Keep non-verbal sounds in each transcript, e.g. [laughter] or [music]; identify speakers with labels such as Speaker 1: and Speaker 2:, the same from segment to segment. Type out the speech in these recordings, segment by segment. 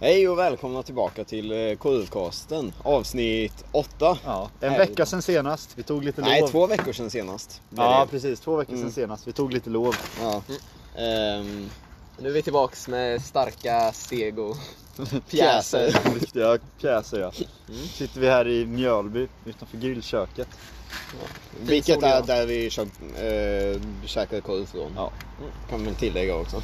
Speaker 1: Hej och välkomna tillbaka till eh, KU-casten avsnitt 8.
Speaker 2: Ja, en
Speaker 1: Härligt.
Speaker 2: vecka sedan senast. Vi tog lite
Speaker 1: Nej,
Speaker 2: lov.
Speaker 1: två veckor sedan senast. Det är
Speaker 2: Ja,
Speaker 1: det.
Speaker 2: precis. Mm. Två veckor sedan senast. Vi tog lite lov.
Speaker 1: Ja. Ehm,
Speaker 3: Nu är vi tillbaks med starka steg och pjäser.
Speaker 2: [laughs] Riktiga pjäser, ja. Sitter vi här i Mjölby utanför grillköket.
Speaker 1: vilket
Speaker 3: såg
Speaker 1: är
Speaker 3: jag.
Speaker 1: där vi köpt, äh, käkade korv från.
Speaker 2: Ja.
Speaker 1: Kan man tillägga också.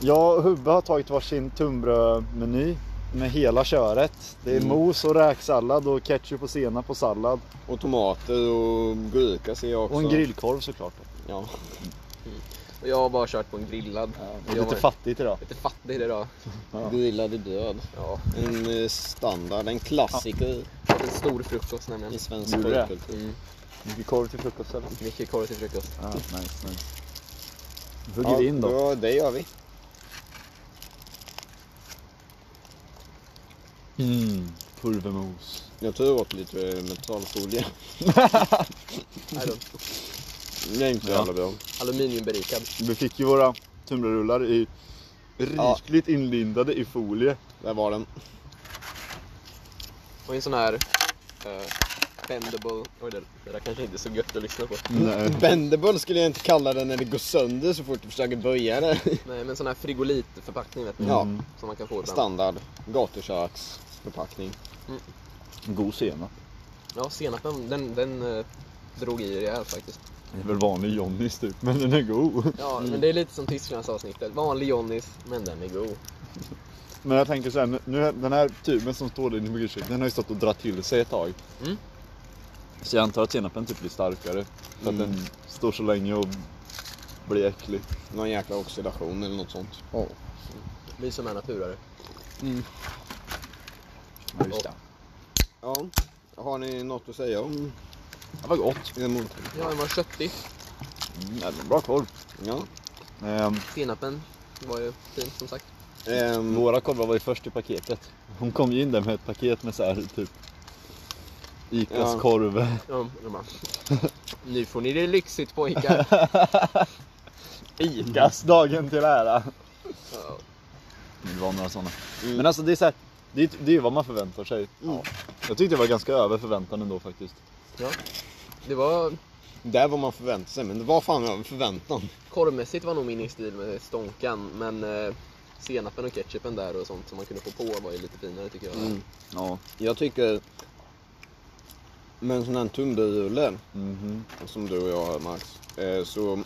Speaker 2: Jag och Hubbe har tagit varsin tunnbrödmeny med hela köret. Det är mos och räksallad och ketchup och senap på sallad.
Speaker 1: Och tomater och gurka ser jag också.
Speaker 2: Och en grillkorv såklart. då.
Speaker 1: Ja.
Speaker 3: Och jag har bara kört på en grillad.
Speaker 2: Det är
Speaker 3: jag
Speaker 2: lite
Speaker 3: var
Speaker 2: fattigt idag.
Speaker 3: lite fattig idag.
Speaker 2: Ja.
Speaker 1: Grillade bröd.
Speaker 3: Ja,
Speaker 1: En eh, standard, en klassiker
Speaker 3: en stor frukost
Speaker 1: i
Speaker 3: nämligen.
Speaker 1: svensk
Speaker 2: Gjorde det?
Speaker 1: korvkultur.
Speaker 3: Mm,
Speaker 2: Mycket korv till frukost eller?
Speaker 3: mycket korv till frukost.
Speaker 2: Ja, nice, nice. Hugger vi in då.
Speaker 1: Ja, det gör vi.
Speaker 2: Mm, pulvermos.
Speaker 1: Jag tror åt lite metallfolie.
Speaker 3: Nej då,
Speaker 1: Det är inte så
Speaker 2: Ja.
Speaker 1: jävla bra.
Speaker 3: Aluminiumberikad.
Speaker 2: Vi fick ju våra tunnbrödsrullar i rikligt inlindade i folie.
Speaker 1: Där var den.
Speaker 3: Och en sån här eh, bendable. Oj, det, det där kanske inte är så gött att lyssna på.
Speaker 1: Bendable skulle jag inte kalla den när det går sönder så fort du försöker böja det.
Speaker 3: Nej, men sån här frigolitförpackning vet ni.
Speaker 1: Ja.
Speaker 3: Som man kan få ibland.
Speaker 1: Standard gatuköksförpackning.
Speaker 2: God senap.
Speaker 3: Ja, senapen, den, den eh, drog i rejält faktiskt.
Speaker 2: Det är väl vanlig Johnnys typ, men den är god.
Speaker 3: Ja, men det är lite som Tysklandsavsnittet. Vanlig Johnnys, men den är god.
Speaker 2: Men jag tänker så här, nu- nu, den här tuben som står där inne på grillköket, den har ju stått och dratt till sig ett tag.
Speaker 3: Mm.
Speaker 2: Så jag antar att senapen typ blir starkare. För att
Speaker 1: Mm.
Speaker 2: den står så länge och blir äcklig.
Speaker 1: Någon jäkla oxidation eller något sånt.
Speaker 3: Vi som är naturare.
Speaker 2: Ja,
Speaker 3: just det.
Speaker 1: Ja. Har ni något att säga om
Speaker 2: Det var gott.
Speaker 1: er mot?
Speaker 3: Ja, den var köttig.
Speaker 2: Mm, ja, det var bra korv.
Speaker 1: Ja.
Speaker 2: Ehm,
Speaker 3: Senapen var ju fin som sagt.
Speaker 1: Ehm,
Speaker 2: Våra korvar var ju först i paketet. Hon kom ju in där med ett paket med så här typ Icas
Speaker 1: Ja.
Speaker 2: korv.
Speaker 3: Ja, de bara, nu får ni det lyxigt pojkar.
Speaker 2: [laughs] Icas dagen till ära.
Speaker 3: Ja,
Speaker 2: Det var några sådana.
Speaker 1: Mm.
Speaker 2: Men alltså det är så här, det, är- det är ju vad man förväntar sig.
Speaker 1: Mm.
Speaker 2: Jag tyckte det var ganska över förväntan ändå faktiskt.
Speaker 3: ja. Det var,
Speaker 1: där var man förväntad sig, men det var fan över förväntan.
Speaker 3: korvmässigt var nog min i stil med stånkan, men eh, senapen och ketchupen där och sånt som man kunde få på var ju lite finare tycker jag.
Speaker 1: Mm.
Speaker 2: Ja.
Speaker 1: Jag tycker med en sån här tunnbrödsrulle
Speaker 2: Mhm.
Speaker 1: som du och jag har Max, eh, så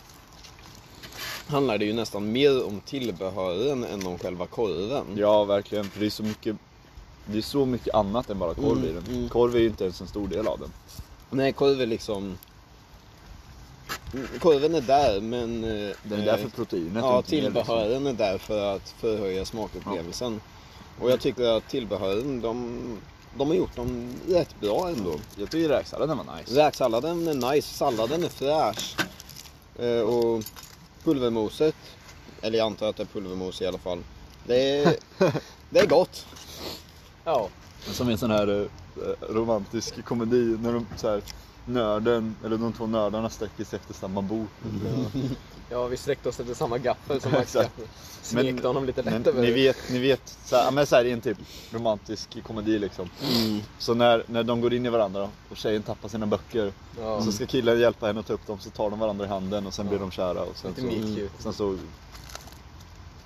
Speaker 1: handlar det ju nästan mer om tillbehören än om själva korven.
Speaker 2: ja, verkligen. För det är så mycket det är så mycket annat än bara korv i
Speaker 1: Mm,
Speaker 2: den.
Speaker 1: mm.
Speaker 2: Korv är ju inte ens en stor del av den.
Speaker 1: Nej, korv är liksom... Mm, Korven är där, men... eh,
Speaker 2: Den är där för proteinet. och
Speaker 1: Ja,
Speaker 2: inte mer, liksom.
Speaker 1: tillbehören är där för att förhöja smakupplevelsen. Och jag tycker att tillbehören, de, de har gjort dem rätt bra ändå.
Speaker 2: Jag tycker räksalladen var nice.
Speaker 1: Räksalladen är nice, salladen är fräsch. Eh, och pulvermoset, eller jag antar att det är pulvermos i alla fall. Det är, det är gott.
Speaker 3: Ja,
Speaker 2: Som i en sån här eh, romantisk komedi när de så här, nörden, eller de två nördarna sträcker sig efter samma bok.
Speaker 3: ja, vi sträckte oss efter samma
Speaker 2: [laughs]
Speaker 3: gaffel som Max
Speaker 2: Exakt.
Speaker 3: gaffel. Smekte
Speaker 2: Men-
Speaker 3: honom lite lätt
Speaker 2: Men,
Speaker 3: över.
Speaker 2: ni vet, ni vet så här, ja, men så här, i en typ romantisk komedi liksom.
Speaker 3: Mm.
Speaker 2: Så när, när de går in i varandra och tjejen tappar sina böcker
Speaker 3: Ja.
Speaker 2: så ska killen hjälpa henne att ta upp dem så tar de varandra i handen och sen blir de kära och sen
Speaker 3: Lite
Speaker 2: så,
Speaker 3: mer cute.
Speaker 2: sen så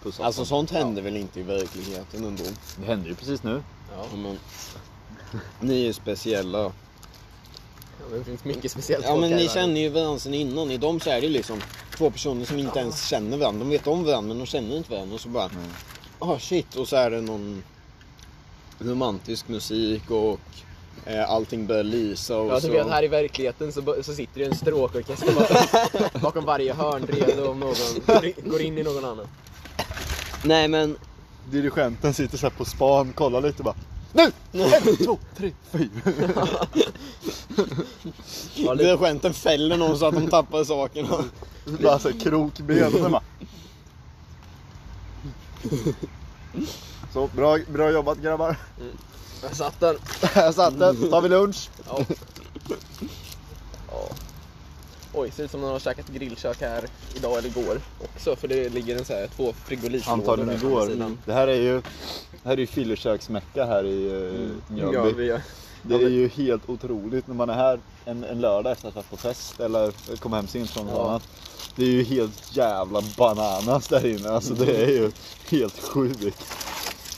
Speaker 2: pussas
Speaker 1: Alltså
Speaker 2: de.
Speaker 1: sånt händer väl inte i verkligheten ändå.
Speaker 2: Det händer ju precis nu.
Speaker 3: Ja,
Speaker 1: Ja, Men, ni är ju speciella.
Speaker 3: ja, men det finns mycket speciellt
Speaker 1: Ja
Speaker 3: folk
Speaker 1: men
Speaker 3: här i
Speaker 1: ni
Speaker 3: världen.
Speaker 1: känner ju varandra sedan innan. I dem så är det liksom två personer som inte ens känner varandra. De vet om varandra men de känner inte varandra. Och så bara,
Speaker 2: Mm.
Speaker 1: ah shit. Och så är det någon romantisk musik och eh, allting börjar lysa och
Speaker 3: Ja,
Speaker 1: så.
Speaker 3: du vet här i verkligheten så, bo- så sitter det en stråkorkester
Speaker 2: [laughs]
Speaker 3: bakom, bakom varje hörn redo om någon går in- går in i någon annan.
Speaker 1: Nej men,
Speaker 2: Dirigenten sitter så här på span, kollar lite och bara Nu! En, två, tre, fyra.
Speaker 3: Ja, lite-
Speaker 1: dirigenten fäller någon så att de tappar
Speaker 3: [laughs]
Speaker 1: sakerna.
Speaker 3: Mm.
Speaker 2: Bara så här krokben och sen bara... Så, bra, bra jobbat grabbar.
Speaker 3: Jag satt där.
Speaker 2: Jag satt den. Tar vi lunch?
Speaker 3: Ja. Ja. Oj, ser ut som någon har käkat grillkök här idag eller igår också. För det ligger en så här två frigolitlådor
Speaker 2: Antagligen
Speaker 3: där på
Speaker 2: igår.
Speaker 3: sidan.
Speaker 2: Det här är ju Här är ju fylleköksmäcka här i eh,
Speaker 3: Ja,
Speaker 2: Mjölby.
Speaker 3: vi,
Speaker 2: Det är ju helt otroligt när man är här en, en lördag efter att ha varit på fest eller kom hem sent från något
Speaker 3: Ja.
Speaker 2: annat. Det är ju helt jävla bananas där inne. Alltså det är ju helt sjukt.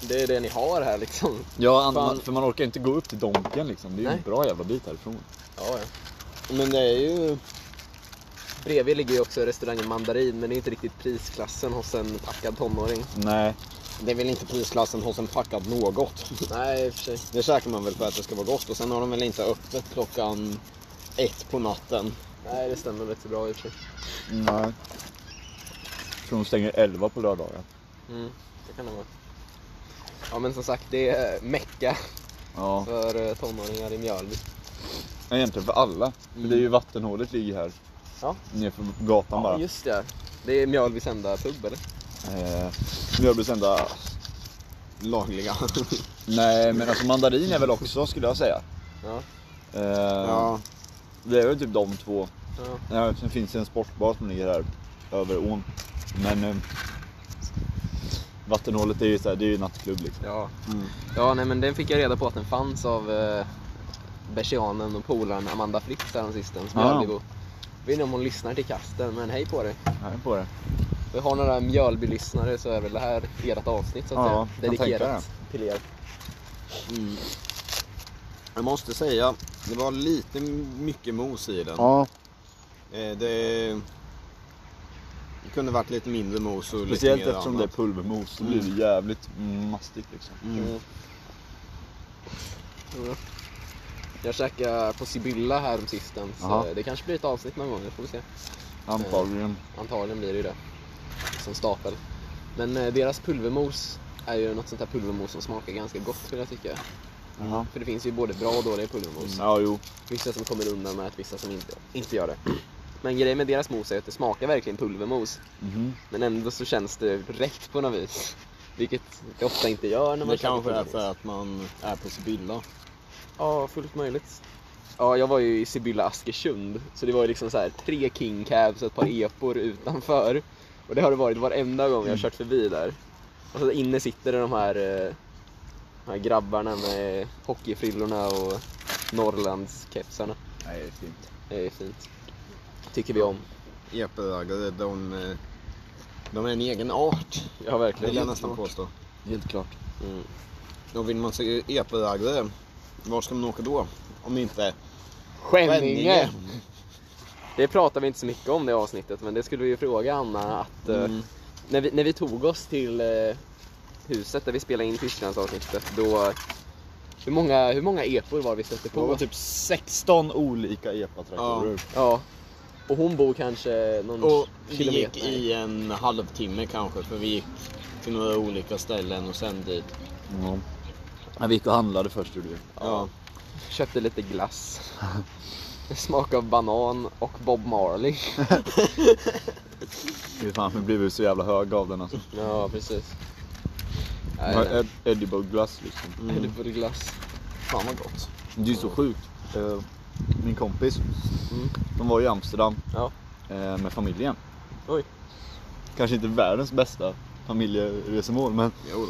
Speaker 3: det är det ni har här liksom.
Speaker 2: Ja,
Speaker 3: man-
Speaker 2: för man orkar ju inte gå upp till Donken liksom. Det är ju
Speaker 3: Nej.
Speaker 2: en bra jävla bit härifrån.
Speaker 3: Ja, ja.
Speaker 1: Men det är ju...
Speaker 3: Bredvid ligger ju också restaurangen Mandarin, men det är inte riktigt prisklassen hos en packad tonåring.
Speaker 2: Nej,
Speaker 1: Det är väl inte prisklassen hos en packad något.
Speaker 3: Nej, i och för sig.
Speaker 1: Det käkar man väl för att det ska vara gott och sen har de väl inte öppet klockan ett på natten.
Speaker 3: Nej, det stämmer rätt så bra i och för sig.
Speaker 2: nej. Jag tror de stänger 11 på lördagar.
Speaker 3: Mm, det kan det vara. Ja, men som sagt, det är mecka
Speaker 2: Ja,
Speaker 3: för eh, tonåringar i Mjölby.
Speaker 2: Nej, egentligen för alla. För
Speaker 3: Mm.
Speaker 2: det är ju vattenhålet ligger här.
Speaker 3: Ja.
Speaker 2: Nerför gatan bara.
Speaker 3: Ja, just det. Det är Mjölbys enda pub, eller?
Speaker 2: Eh, Mjölbys enda...
Speaker 1: Lagliga.
Speaker 2: Nej men alltså mandarin är väl också skulle jag säga.
Speaker 3: Ja.
Speaker 2: Eh,
Speaker 1: Ja.
Speaker 2: Det är väl typ de två.
Speaker 3: Ja.
Speaker 2: Ja, sen finns det en sportbar som ligger här över ån. Men eh, vattenhålet är ju, så här, det är ju nattklubb liksom.
Speaker 3: Ja.
Speaker 1: Mm.
Speaker 3: ja, nej men den fick jag reda på att den fanns av eh, persianen och polaren Amanda Fritz häromsistens,
Speaker 2: Ah.
Speaker 3: Mjölbybo. Jag vet inte om hon lyssnar till kasten, men hej på dig.
Speaker 2: Här på det.
Speaker 3: Vi har några Mjölby-lyssnare så är väl det här ert avsnitt så att
Speaker 2: Ja,
Speaker 3: säga.
Speaker 2: kan tänka
Speaker 3: Dedikerat till er.
Speaker 1: Mm. Jag måste säga, det var lite mycket mos i den.
Speaker 2: Ja,
Speaker 1: Eh, Det, det kunde varit lite mindre mos och lite
Speaker 2: speciellt
Speaker 1: mer
Speaker 2: eftersom det är
Speaker 1: annat.
Speaker 2: pulvermos. Då blir det jävligt mastigt liksom.
Speaker 1: Mm.
Speaker 3: Jo då. Jag käkade på Sibylla här om sistens.
Speaker 2: Jaha.
Speaker 3: Eh, Det kanske blir ett avsnitt någon gång, det får vi se.
Speaker 2: Antagligen.
Speaker 3: Antagligen blir det ju det. Som stapel. Men eh, deras pulvermos är ju något sånt här pulvermos som smakar ganska gott skulle jag tycka.
Speaker 2: Jaha.
Speaker 3: För det finns ju både bra och dåliga pulvermos.
Speaker 2: Ja, jo.
Speaker 3: Vissa som kommer undan med att vissa som inte, inte gör det. Men grejen med deras mos är att det smakar verkligen pulvermos.
Speaker 2: Mhm.
Speaker 3: Men ändå så känns det rätt på något vis. Vilket det ofta inte gör när man
Speaker 1: Det
Speaker 3: käkar
Speaker 1: kanske är
Speaker 3: pulvermos.
Speaker 1: för att man är på Sibylla.
Speaker 3: Ja, fullt möjligt. Ja, jag var ju i Sibylla Askersund, så det var ju liksom så här tre king cabs och ett par epor utanför. Och det har det varit varenda gång jag har kört förbi där. Och så inne sitter det de här, eh, de här grabbarna med hockeyfrillorna och Norrlandskepsarna.
Speaker 2: Nej, det är fint.
Speaker 3: Det är fint. Tycker vi om.
Speaker 1: Epedaggare, de, eh, de är en egen art.
Speaker 3: Ja,
Speaker 1: Det
Speaker 3: verkligen.
Speaker 1: vill jag nästan påstå.
Speaker 2: Helt klart.
Speaker 3: Mm.
Speaker 1: Och vill man se epedaggare, var ska man åka då? Om inte
Speaker 3: Skänninge! Det pratar vi inte så mycket om det avsnittet, men det skulle vi ju fråga Anna att eh,
Speaker 1: Mm.
Speaker 3: när, vi, när vi tog oss till eh, huset där vi spelade in Tysklandsavsnittet, då... Hur många, hur många epor var vi stötte
Speaker 2: Det
Speaker 3: på?
Speaker 2: var typ 16 olika epatraktorer.
Speaker 3: Ja. Och hon bor kanske någon
Speaker 1: Och vi gick
Speaker 3: kilometer.
Speaker 1: i en halvtimme kanske, för vi gick till några olika ställen och sen dit.
Speaker 2: Ja. Ja. Vi gick och handlade först gjorde vi.
Speaker 1: Ja.
Speaker 3: Köpte lite glass. [laughs] Smak av banan och Bob Marley.
Speaker 2: Fy fan, vi blev ju så jävla höga av den alltså.
Speaker 3: Ja, precis. Nej,
Speaker 2: Ja,
Speaker 3: nej.
Speaker 2: Ed- Eddiebug-glass liksom.
Speaker 3: Mm. Det vore glass.
Speaker 1: Fan vad gott.
Speaker 2: Det är ju så sjukt. Eh, Min kompis,
Speaker 3: Mm.
Speaker 2: de var i Amsterdam
Speaker 3: Ja.
Speaker 2: eh, med familjen.
Speaker 3: Oj.
Speaker 2: Kanske inte världens bästa familjeresemål men
Speaker 1: Jo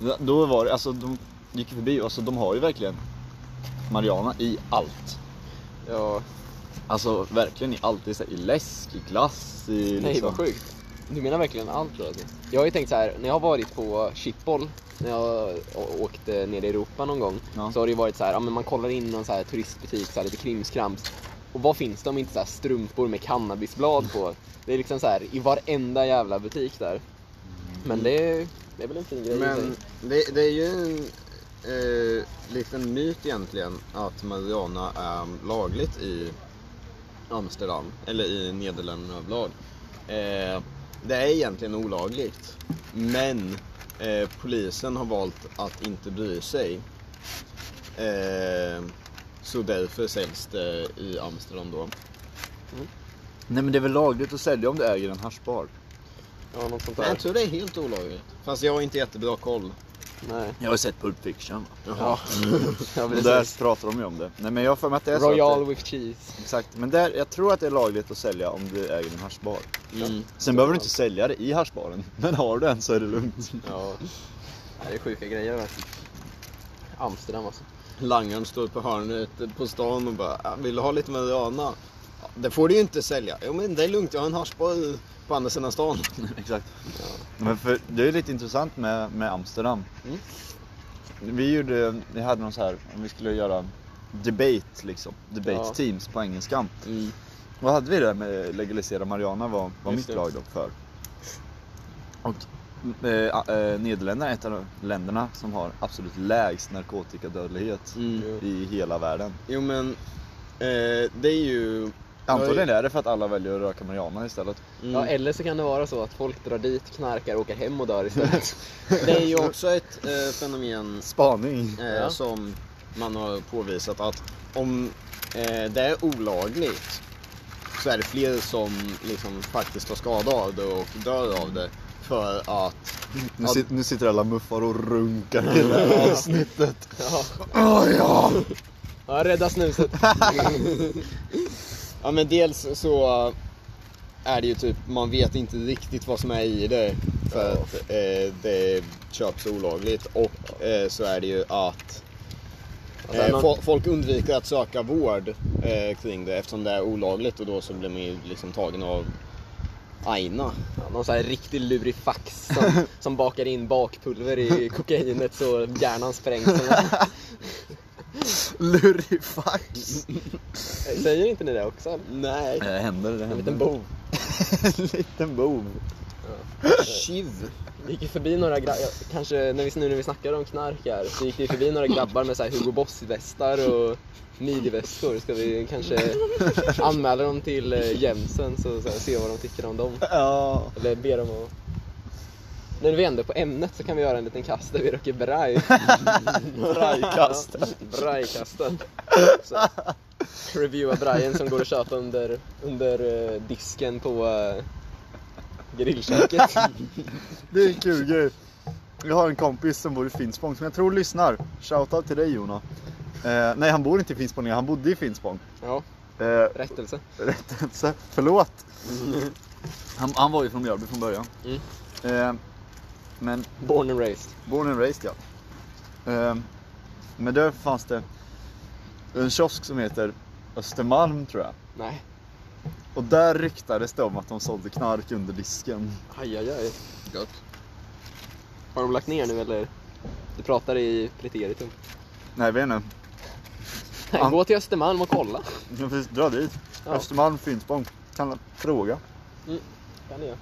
Speaker 1: då.
Speaker 2: då var det, alltså de gick förbi, alltså de har ju verkligen Mariana i allt.
Speaker 3: Ja.
Speaker 2: Alltså verkligen i allt. Det är så här, i läsk, i glass, i liksom.
Speaker 3: Nej vad sjukt. Du menar verkligen allt då? alltså? liksom- Jag har ju tänkt så här, när jag har varit på Schiphol, när jag å- åkte ner i Europa någon gång,
Speaker 2: Ja.
Speaker 3: så har det ju varit så här, ja, men man kollar in någon så här turistbutik, så här, lite krimskrams. Och vad finns det om inte så här strumpor med cannabisblad på? Det är liksom så här i varenda jävla butik där. Men det är, det är väl en fin grej i sig.
Speaker 1: Men det, det är ju en eh, liten myt egentligen att marijuana är lagligt i Amsterdam, eller i Nederländerna överlag. Eh, det är egentligen olagligt, men eh, polisen har valt att inte bry sig. Eh, så därför säljs det i Amsterdam då.
Speaker 2: Nej men det är väl lagligt att sälja om du äger en haschbar?
Speaker 3: Ja, något sånt
Speaker 1: Men
Speaker 3: där.
Speaker 1: jag tror det är helt olagligt. Fast jag har inte jättebra koll.
Speaker 3: Nej.
Speaker 2: Jag har sett Pulp Fiction.
Speaker 3: Ja. [laughs] ja
Speaker 2: Och där
Speaker 3: precis.
Speaker 2: pratar de ju om det. Nej men jag har för mig att det är så. att det-
Speaker 3: Royal with cheese.
Speaker 2: Exakt, men där, jag tror att det är lagligt att sälja om du äger en haschbar.
Speaker 1: Mm.
Speaker 2: [laughs] Sen behöver du inte sälja det i haschbaren, men har du en så är det lugnt.
Speaker 3: Ja. Det är sjuka grejer verkligen. Amsterdam alltså.
Speaker 1: Langaren står på hörnet på stan och bara "Ah, Vill du ha lite marijuana? "Ja, Det får du ju inte sälja. Jo men det är lugnt, jag har en haschboll på andra sidan stan.
Speaker 2: Exakt. Men för, det är lite intressant med, med Amsterdam.
Speaker 1: Mm.
Speaker 2: Vi, gjorde, vi hade någon så här, om vi skulle göra debate liksom. Debate
Speaker 3: Ja.
Speaker 2: teams på engelskan.
Speaker 1: Mm.
Speaker 2: Vad hade vi där med legalisera marijuana var, var
Speaker 1: Just
Speaker 2: mitt
Speaker 1: det.
Speaker 2: lag då för. Och eh, a- eh, Nederländerna är ett av de länderna som har absolut lägst narkotikadödlighet
Speaker 1: Mm.
Speaker 2: i hela världen.
Speaker 1: Jo men eh, det är ju...
Speaker 2: Antagligen är det för att alla väljer att röka marijuana istället.
Speaker 1: Mm.
Speaker 3: Ja, eller så kan det vara så att folk drar dit, knarkar, åker hem och dör istället.
Speaker 1: Det är ju också ett eh, fenomen
Speaker 2: Spaning.
Speaker 1: eh,
Speaker 3: Ja.
Speaker 1: som man har påvisat att om eh, det är olagligt så är det fler som liksom faktiskt tar skada av det och dör av det för att
Speaker 2: Nu,
Speaker 1: Ja.
Speaker 2: sit, nu sitter alla muffar och runkar i det här avsnittet.
Speaker 3: ja.
Speaker 2: Åh ja!
Speaker 3: ja, rädda snuset.
Speaker 1: Ja men dels så är det ju typ, man vet inte riktigt vad som är i det för
Speaker 2: Ja.
Speaker 1: att eh, det köps olagligt och eh, så är det ju att
Speaker 3: Alltså,
Speaker 1: eh,
Speaker 3: någon-
Speaker 1: fo- folk undviker att söka vård eh, kring det eftersom det är olagligt och då så blir man ju liksom tagen av aina.
Speaker 3: Ja, Någon sån här riktig lurifax som, som bakar in bakpulver i kokainet så hjärnan sprängs.
Speaker 2: Lurifax!
Speaker 3: Säger inte ni det också?
Speaker 1: Nej.
Speaker 2: Det Eh, händer, det händer.
Speaker 3: En liten bov.
Speaker 2: [laughs] en liten bov.
Speaker 1: Tjuv.
Speaker 3: Det gick ju förbi några grabbar, kanske när vi, nu när vi snackar om knark här, så gick det ju förbi några grabbar med så här Hugo Boss-västar och midjeväskor. Ska vi kanske anmäla dem till eh, Jensen så, så här, se vad de tycker om dem?
Speaker 2: Ja.
Speaker 3: Eller be dem att... När vi är ändå på ämnet så kan vi göra en liten kast där vi röker braj.
Speaker 2: Brajkast.
Speaker 3: Brajkasten. Så, Reviewa brajen som går att köpa under, under eh, disken på eh, grillköket.
Speaker 2: Det är en kul grej. Jag har en kompis som bor i Finspång som jag tror lyssnar. Shoutout till dig Jona. Eh, nej han bor inte i Finspång, han bodde i Finspång.
Speaker 3: Ja,
Speaker 2: Eh,
Speaker 3: rättelse.
Speaker 2: rättelse, förlåt. Han, han var ju från Mjölby från början.
Speaker 3: Mm.
Speaker 2: Eh, men
Speaker 3: Born and raised.
Speaker 2: Born and raised ja. Ehm, men där fanns det en kiosk som heter Östermalm tror jag.
Speaker 3: Nej,
Speaker 2: Och där ryktades det om att de sålde knark under disken.
Speaker 3: aj, aj, aj. Har de lagt ner nu eller? Du pratar i preteritum.
Speaker 2: Nej, jag vet inte.
Speaker 3: Nej,
Speaker 2: Ja.
Speaker 3: Gå till Östermalm och kolla.
Speaker 2: Jag får dra dit.
Speaker 3: Ja.
Speaker 2: Östermalm, Finspång. Kan fråga.
Speaker 3: Kan ni göra.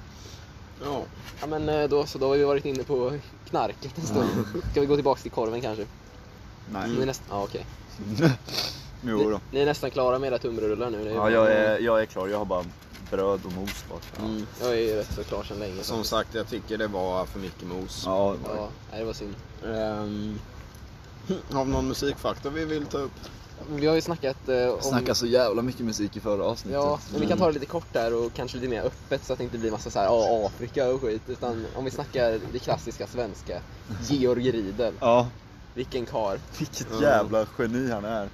Speaker 1: Ja.
Speaker 3: Ja men eh, då, så då har vi varit inne på knarket en stund. Ska vi gå tillbaks till korven kanske?
Speaker 2: Nej.
Speaker 3: Ni, är nästan, ah, okej.
Speaker 2: Mm. jo då.
Speaker 3: ni, ni är nästan klara med era tumrullar nu. Det är
Speaker 2: Ja,
Speaker 3: ju-
Speaker 2: jag, är, jag är klar. Jag har bara bröd och mos kvar.
Speaker 1: Mm.
Speaker 3: jag är ju rätt så klar sedan länge.
Speaker 1: Som
Speaker 3: faktiskt.
Speaker 1: sagt, jag tycker det var för mycket mos.
Speaker 2: Ja, det var det.
Speaker 3: Ja, nej, det var synd.
Speaker 1: Ehm, har vi någon musikfaktor vi vill ta upp?
Speaker 3: Vi har ju snackat eh, om...
Speaker 2: Snackade så jävla mycket musik i förra avsnittet.
Speaker 3: Ja, men vi kan ta det lite kort där och kanske lite mer öppet så att det inte blir massa så här, "Ah, Afrika och skit. Utan om vi snackar det klassiska svenska. Georg Riedel.
Speaker 2: Ja,
Speaker 3: Vilken kar.
Speaker 2: vilket
Speaker 1: Mm.
Speaker 2: jävla geni han är.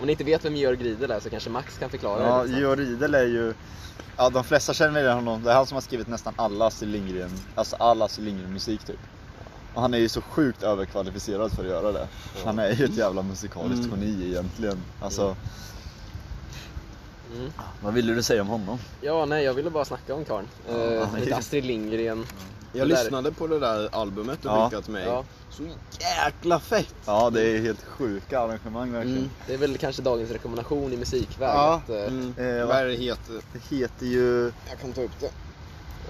Speaker 3: Om ni inte vet vem Georg Riedel är så kanske Max kan förklara
Speaker 2: Ja,
Speaker 3: det. lite
Speaker 2: Georg Riedel är ju... Ja, de flesta känner väl honom. Det är han som har skrivit nästan alla Astrid Lindgren, alltså alla Astrid Lindgren-musik typ. Och han är ju så sjukt överkvalificerad för att göra det. Han är ju ett jävla musikaliskt
Speaker 1: Mm.
Speaker 2: geni egentligen. Alltså,
Speaker 3: sen. Mm.
Speaker 2: vad ville du säga om honom?
Speaker 3: Ja, nej, jag ville bara snacka om karln.
Speaker 2: Ja,
Speaker 3: Eh,
Speaker 2: nej.
Speaker 3: lite Astrid Lindgren.
Speaker 1: Jag
Speaker 3: Det där-
Speaker 1: lyssnade på det där albumet du
Speaker 2: Ja.
Speaker 1: skickade till mig.
Speaker 3: Ja.
Speaker 1: Så jäkla fett!
Speaker 2: Ja, det är helt sjuka arrangemang verkligen.
Speaker 1: Mm.
Speaker 3: Det är väl kanske dagens rekommendation i musikväg.
Speaker 2: Ja.
Speaker 3: Att, eh,
Speaker 1: Mm.
Speaker 2: Eh,
Speaker 1: Vad
Speaker 2: va?
Speaker 1: är det heter?
Speaker 2: Det heter ju...
Speaker 1: Jag kan ta upp det.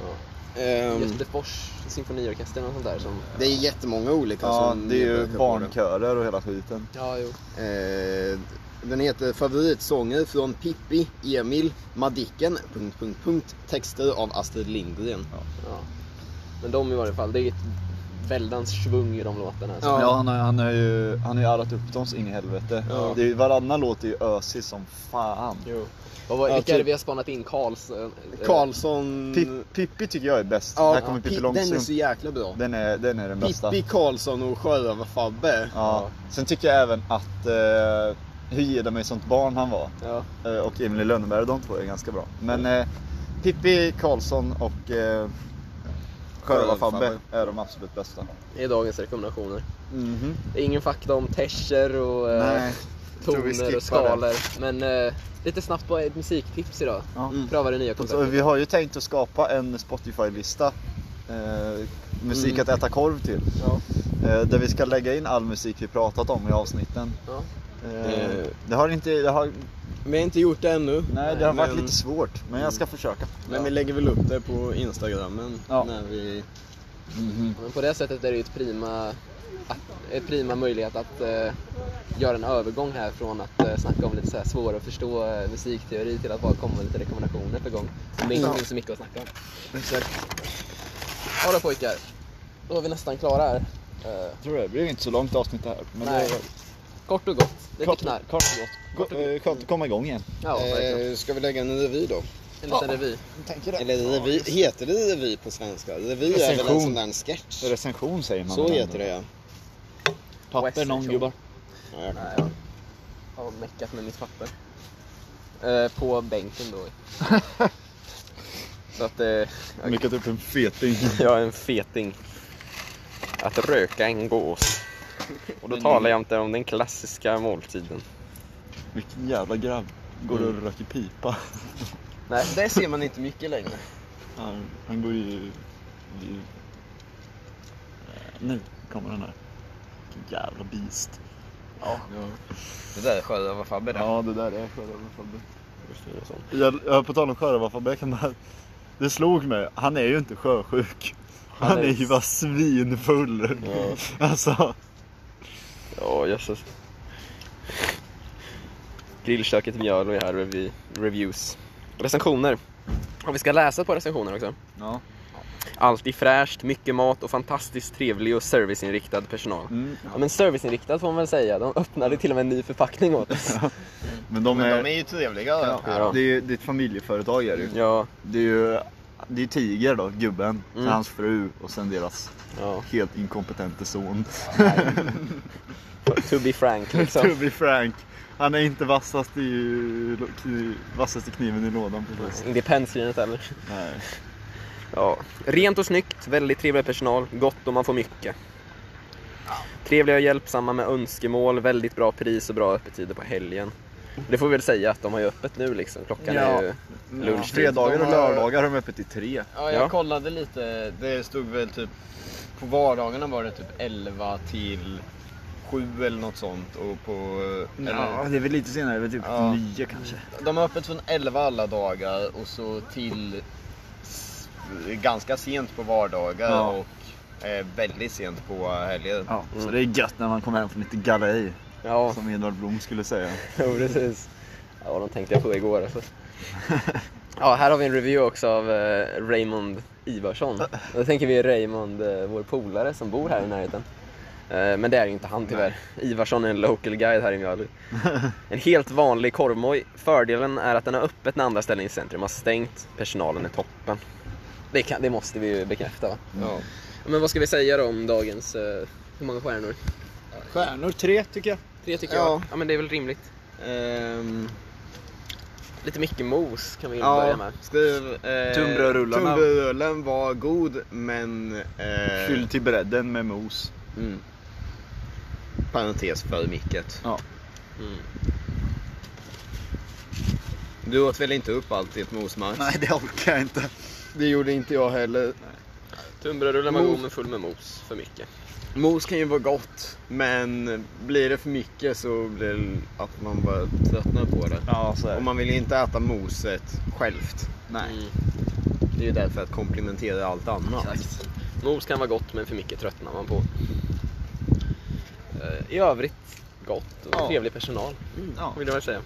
Speaker 3: ja.
Speaker 1: Ehm,
Speaker 3: Göteborgs symfoniorkester och sånt där som...
Speaker 1: det är jättemånga olika
Speaker 2: Ja,
Speaker 1: som
Speaker 2: det är ju
Speaker 1: medverkar på det.
Speaker 2: barnkörer och hela skiten.
Speaker 3: Ja, jo.
Speaker 1: Eh, den heter Favoritsånger från Pippi, Emil, Madicken, punkt, punkt, punkt, texter av Astrid Lindgren.
Speaker 3: Ja. Men de i varje fall, det är ett väldans svung i de låtarna. alltså.
Speaker 1: Ja.
Speaker 2: Ja, han, har, han, har ju, han har ju arrat upp dem så in i helvete.
Speaker 1: Ja.
Speaker 2: Det är, ju- varannan låt är ju ösig som fan.
Speaker 3: Jo. Vad var,
Speaker 1: Ja,
Speaker 3: vilka är det
Speaker 1: typ-
Speaker 3: vi har spanat in? Karls... eh,
Speaker 1: Karlsson...
Speaker 2: Pip, Pippi tycker jag är bäst.
Speaker 1: Mm. Ja,
Speaker 2: Här kommer Pippi
Speaker 1: Pi- den är
Speaker 2: Långstrump.
Speaker 1: så jävla bra.
Speaker 2: Den är, den är den bästa.
Speaker 1: Pippi, Karlsson och Sjörövar-Fabbe.
Speaker 2: Ja. Sen tycker jag även att eh, Hur ger de mig sånt barn han var
Speaker 3: Ja.
Speaker 2: eh, och Emily
Speaker 1: Mm.
Speaker 2: Lönneberg, de två är ganska bra. Men eh, Pippi Karlsson och eh, Sjörövarfabbe är de absolut bästa.
Speaker 3: Det är dagens rekommendationer.
Speaker 2: Mhm.
Speaker 3: Det är ingen fakta om tescher och eh,
Speaker 2: Nej, tror vi
Speaker 3: toner och
Speaker 2: skippar det.
Speaker 3: skalor. Men eh, lite snabbt på ett musiktips idag.
Speaker 2: Ja.
Speaker 1: Mm.
Speaker 3: Pröva det nya
Speaker 2: Så
Speaker 3: konceptet.
Speaker 2: vi har ju tänkt att skapa en Spotify-lista. Eh, musik
Speaker 3: Mm.
Speaker 2: att äta korv till.
Speaker 3: Ja.
Speaker 2: Eh, där vi ska lägga in all musik vi pratat om i avsnitten.
Speaker 3: Ja.
Speaker 2: Eh,
Speaker 1: Eh.
Speaker 2: Det har inte, det har,
Speaker 1: Men jag har inte gjort det ännu.
Speaker 2: nej det har varit
Speaker 1: men-
Speaker 2: lite svårt. Men Mm. jag ska försöka.
Speaker 1: Men vi lägger väl upp det på instagrammen
Speaker 2: Ja.
Speaker 1: när vi...
Speaker 3: Men på det sättet är det ju ett prima, att, ett prima möjlighet att eh, göra en övergång här från att eh, snacka om lite så här svår att förstå eh, musikteori till att bara komma med lite rekommendationer per gång. Om det inte
Speaker 2: Ja.
Speaker 3: finns så mycket att snacka om.
Speaker 2: Exakt.
Speaker 3: Ja då pojkar, då är vi nästan klara här. Eh,
Speaker 2: Jag tror det. Det blir inte så långt avsnitt det här. Men
Speaker 3: Nej.
Speaker 2: det är
Speaker 3: kort och gott, lite knarr.
Speaker 2: kort och gott. Go- eh, Skönt att komma igång igen.
Speaker 3: Ja, verkligen.
Speaker 1: eh, ska vi lägga en revy då?
Speaker 3: en liten revy.
Speaker 2: Tänker
Speaker 1: Eller revy, heter det revy på svenska? Revy är väl en
Speaker 2: Recension.
Speaker 1: sån där sketch?
Speaker 2: Recension säger man
Speaker 1: Så
Speaker 2: väl
Speaker 1: heter
Speaker 2: ändå.
Speaker 1: det ja.
Speaker 2: Papper någon
Speaker 3: Recension.
Speaker 2: gubbar.
Speaker 1: Ja, jag kan-
Speaker 3: Nej, jag har meckat med mitt papper. Eh, på bänken
Speaker 2: [laughs]
Speaker 3: då. så att eh,
Speaker 2: Okay. Mycket upp en feting.
Speaker 3: Jag är en feting. Att röka en gås. Och då talar jag inte om den klassiska måltiden.
Speaker 2: Vilken jävla grabb. Går och röker pipa.
Speaker 3: Nej, det ser man inte mycket längre.
Speaker 2: Han, han går ju... i- Eh, Nu kommer den här. Vilken jävla beast.
Speaker 3: Ja. Det där är sjörövarfabbe det.
Speaker 2: Ja, det där är sjörövarfabbe. Jag, jag, på tal om sjörövarfabbe, jag kan bara... Det slog mig, han är ju inte sjösjuk. Han,
Speaker 3: Han är-
Speaker 2: är ju bara svinfull.
Speaker 3: Ja.
Speaker 2: Alltså,
Speaker 3: Ja, jösses. Grillköket Mjölby är här, revy, reviews. Recensioner. Och vi ska läsa ett par recensioner också.
Speaker 2: ja.
Speaker 3: Alltid fräscht, mycket mat och fantastiskt trevlig och serviceinriktad personal.
Speaker 2: Mm.
Speaker 3: Ja, men serviceinriktad får man väl säga. De öppnade till och med en ny förpackning åt [laughs] oss.
Speaker 2: Men de är...
Speaker 1: ju trevliga.
Speaker 2: ja,
Speaker 3: Ja.
Speaker 2: Det är ju det är ett familjeföretag är det ju.
Speaker 3: Ja,
Speaker 2: Det är ju det är Tiger då, gubben,
Speaker 3: Mm.
Speaker 2: sen hans fru och sen deras
Speaker 3: ja.
Speaker 2: helt inkompetente son.
Speaker 3: To be
Speaker 2: [laughs]
Speaker 3: frank liksom.
Speaker 2: Tubby Frank. Han är inte vassast i, i- vassast i kniven i lådan precis.
Speaker 3: Det är pennskrinet eller?
Speaker 2: Nej.
Speaker 3: Ja. Rent och snyggt, väldigt trevlig personal, gott och man får mycket. Trevliga och hjälpsamma med önskemål, väldigt bra pris och bra öppettider på helgen. Det får vi väl säga att de har ju öppet nu liksom. Klockan är
Speaker 1: Ja.
Speaker 3: ju...
Speaker 2: Lunch,
Speaker 3: Lunchtid.
Speaker 2: fredagar och
Speaker 1: De har-
Speaker 2: lördagar har de öppet till tre.
Speaker 1: Ja,
Speaker 3: Ja.
Speaker 1: jag kollade lite. Det stod väl typ... På vardagarna var det typ 11 till 7 eller något sånt. Och på... Eller,
Speaker 2: det är väl lite senare, väl typ
Speaker 1: Ja.
Speaker 2: nio kanske.
Speaker 1: de har öppet från 11 alla dagar och så till s- ganska sent på vardagar
Speaker 2: Ja.
Speaker 1: och eh, väldigt sent på helger.
Speaker 2: Ja, så
Speaker 3: Mm.
Speaker 2: det är gött när man kommer hem från lite galej,
Speaker 3: Ja,
Speaker 2: som Edvard Blom skulle säga.
Speaker 3: [laughs] ja, precis. Ja, de tänkte jag på igår alltså. [laughs] Ja, här har vi en review också av eh, Raymond Ivarsson. Då tänker vi Raymond, eh, vår polare som bor här i närheten. Eh, men det är ju inte han tyvärr. Ivarsson är en local guide här i Mjölby. En helt vanlig korvmoj. Fördelen är att den har öppet när andra ställen i centrum har stängt. Personalen är toppen. Det, kan, det måste vi ju bekräfta va?
Speaker 1: Ja.
Speaker 3: Men vad ska vi säga då om dagens... eh, hur många stjärnor?
Speaker 2: Stjärnor tre tycker jag.
Speaker 3: Tre tycker
Speaker 1: Ja.
Speaker 3: jag. Ja men det är väl rimligt.
Speaker 1: Ehm,
Speaker 3: Lite mycket mos kan vi
Speaker 1: ja,
Speaker 3: börja med.
Speaker 1: skriv... Eh,
Speaker 2: Tunnbrödsrullarna.
Speaker 1: Tunnbrödsrullen var god men... Eh,
Speaker 2: Fyll till bredden med mos.
Speaker 1: Mm. Parentes för micket.
Speaker 2: Ja.
Speaker 3: Mm.
Speaker 1: Du åt väl inte upp allt ditt mos Max?
Speaker 2: Nej, det orkar jag inte.
Speaker 1: Det gjorde inte jag heller.
Speaker 3: Tunnbrödsrullen var
Speaker 1: Mos.
Speaker 3: god men full med mos. För mycket.
Speaker 1: Mos kan ju vara gott, men blir det för mycket så blir det att man bara tröttnar på det.
Speaker 2: Ja, så är
Speaker 1: Och
Speaker 2: det.
Speaker 1: man vill ju inte äta moset självt.
Speaker 2: Nej.
Speaker 3: Mm.
Speaker 1: Det är ju därför att komplementera allt annat.
Speaker 3: Exakt. Mos kan vara gott men för mycket tröttnar man på. Eh, I övrigt gott och
Speaker 2: Ja.
Speaker 3: trevlig personal
Speaker 2: Ja.
Speaker 3: vill jag väl säga.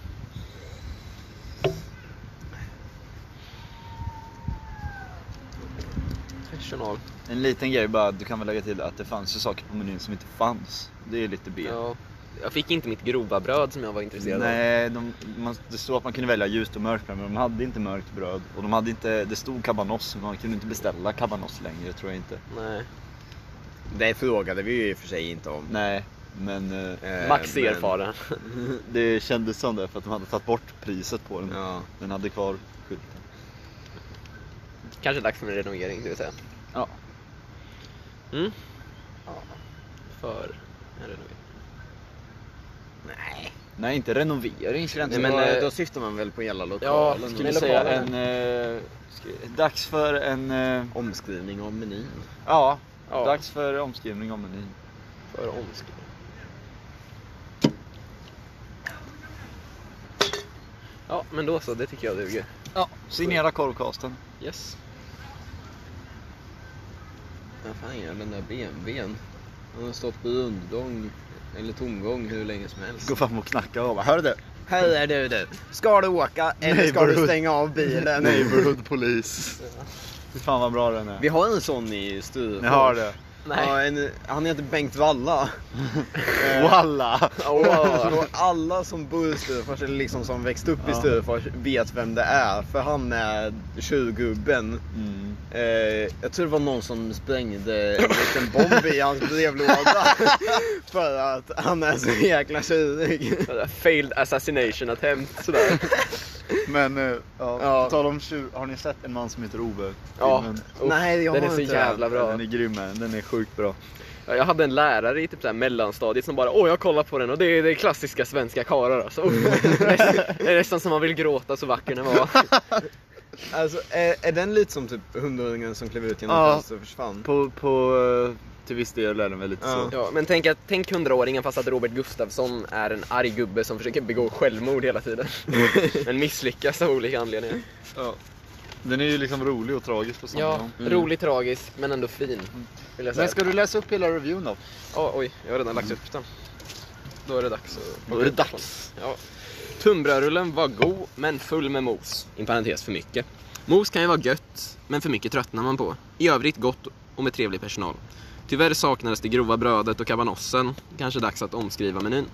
Speaker 3: Personal.
Speaker 2: En liten grej bara, du kan väl lägga till att det fanns ju saker på menyn som inte fanns. Det är lite B.
Speaker 3: Ja. Jag fick inte mitt grova bröd som jag var intresserad av.
Speaker 2: Nej, de, man, det stod att man kunde välja ljust och mörkt bröd, men de hade inte mörkt bröd. Och de hade inte, det stod kabanoss, men man kunde inte beställa kabanoss längre tror jag inte.
Speaker 3: Nej.
Speaker 1: Det frågade vi ju i och för sig inte om.
Speaker 2: Nej, men [laughs] eh,
Speaker 1: Eh,
Speaker 3: Max är
Speaker 1: men-
Speaker 3: [laughs] erfaren.
Speaker 2: det kändes som det för att de hade tagit bort priset på den.
Speaker 1: Ja.
Speaker 2: Den hade kvar skylten.
Speaker 3: Kanske dags för en renovering, ska vi säga.
Speaker 2: Ja.
Speaker 3: Mm.
Speaker 1: Ja.
Speaker 3: För en renovering.
Speaker 1: Nej.
Speaker 2: Nej, inte renovering skulle jag inte
Speaker 1: Nej men
Speaker 2: säga.
Speaker 1: eh, då syftar man väl på hela
Speaker 3: Ja,
Speaker 1: lokalen?
Speaker 3: jag
Speaker 2: skulle
Speaker 3: men
Speaker 2: säga
Speaker 3: lokalen.
Speaker 2: en... Eh, sk- dags för en... Eh,
Speaker 1: Omskrivning av menyn.
Speaker 2: ja,
Speaker 3: Ja.
Speaker 2: dags för omskrivning av menyn.
Speaker 3: För omskrivning. Ja, men då så. Det tycker jag duger.
Speaker 2: Ja, signera korvkasten.
Speaker 3: Yes.
Speaker 1: Vad fan gör den där BMWn? Den har stått på rundgång eller tomgång hur länge som helst.
Speaker 2: Gå fram och knacka och bara, hör du?
Speaker 1: Hej är du du! Ska du åka eller ska du
Speaker 2: Neighborhood.
Speaker 1: stänga av bilen?
Speaker 2: Neighborhood polis. Fy fan vad bra den är.
Speaker 1: Vi har en sån i Sturefors.
Speaker 2: Ni har det?
Speaker 1: Ja, en, han heter Bengt Walla.
Speaker 2: Eh, Walla!
Speaker 1: [laughs] Och alla som bor i Sturefors, eller liksom som växt upp i
Speaker 2: Ja.
Speaker 1: Sturefors, vet vem det är. För han är tjuvgubben.
Speaker 2: Mm.
Speaker 1: Eh, jag tror det var någon som sprängde en liten bomb i hans [laughs] brevlåda. för att han är så jäkla tjurig.
Speaker 3: Sådär Failed assassination
Speaker 1: [laughs]
Speaker 3: attempt sådär.
Speaker 2: Men, eh, ja,
Speaker 1: Ja.
Speaker 2: på tal om tjur, har ni sett En man som heter Ove?
Speaker 3: Ja.
Speaker 1: Mm.
Speaker 2: Filmen?
Speaker 3: Uff,
Speaker 1: Nej, jag
Speaker 3: den är
Speaker 1: har
Speaker 3: så
Speaker 1: inte.
Speaker 3: jävla bra.
Speaker 2: Den är grym man. den är sjukt bra.
Speaker 3: Ja, Jag hade en lärare i typ så här mellanstadiet som bara åh jag kollar på den och det är, det är klassiska svenska karlar alltså. Uff. [laughs] Det är nästan som man vill gråta så vacker den var.
Speaker 1: Alltså, är, är den lite som typ hundringen som klev ut genom
Speaker 2: Ja.
Speaker 1: fönstret och försvann?
Speaker 2: På, på, eh, till viss del är den väl lite
Speaker 1: Ja.
Speaker 2: så.
Speaker 3: [laughs] Ja, men tänk, att, tänk hundraåringen fast att Robert Gustafsson är en arg gubbe som försöker begå självmord hela tiden. Men misslyckas av olika anledningar.
Speaker 2: Den är ju liksom rolig och tragisk på samma
Speaker 3: Ja,
Speaker 2: gång. Mm.
Speaker 3: rolig, tragisk, men ändå fin. Vill jag säga.
Speaker 2: Men ska du läsa upp hela reviewn då?
Speaker 3: Ja, oj, jag har redan lagt upp den. Då är det dags att...
Speaker 2: Då är det dags.
Speaker 3: Ja. Tunnbrödsrullen var god, men full med mos. In parentes för mycket. Mos kan ju vara gött, men för mycket tröttnar man på. I övrigt gott och med trevlig personal. Tyvärr saknades det grova brödet och kabanossen. Kanske dags att omskriva menyn.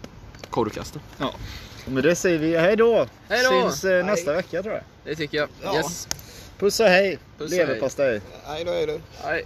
Speaker 3: Korvkasten.
Speaker 2: Ja. Men det säger vi hej då.
Speaker 3: Hej då!
Speaker 2: Syns eh,
Speaker 3: Hej.
Speaker 2: nästa vecka tror jag.
Speaker 3: Det tycker jag.
Speaker 1: Ja.
Speaker 3: Yes.
Speaker 2: Puss och hej.
Speaker 3: Puss och hej.
Speaker 2: Leverpastej.
Speaker 1: Nej, då är det.
Speaker 3: Nej.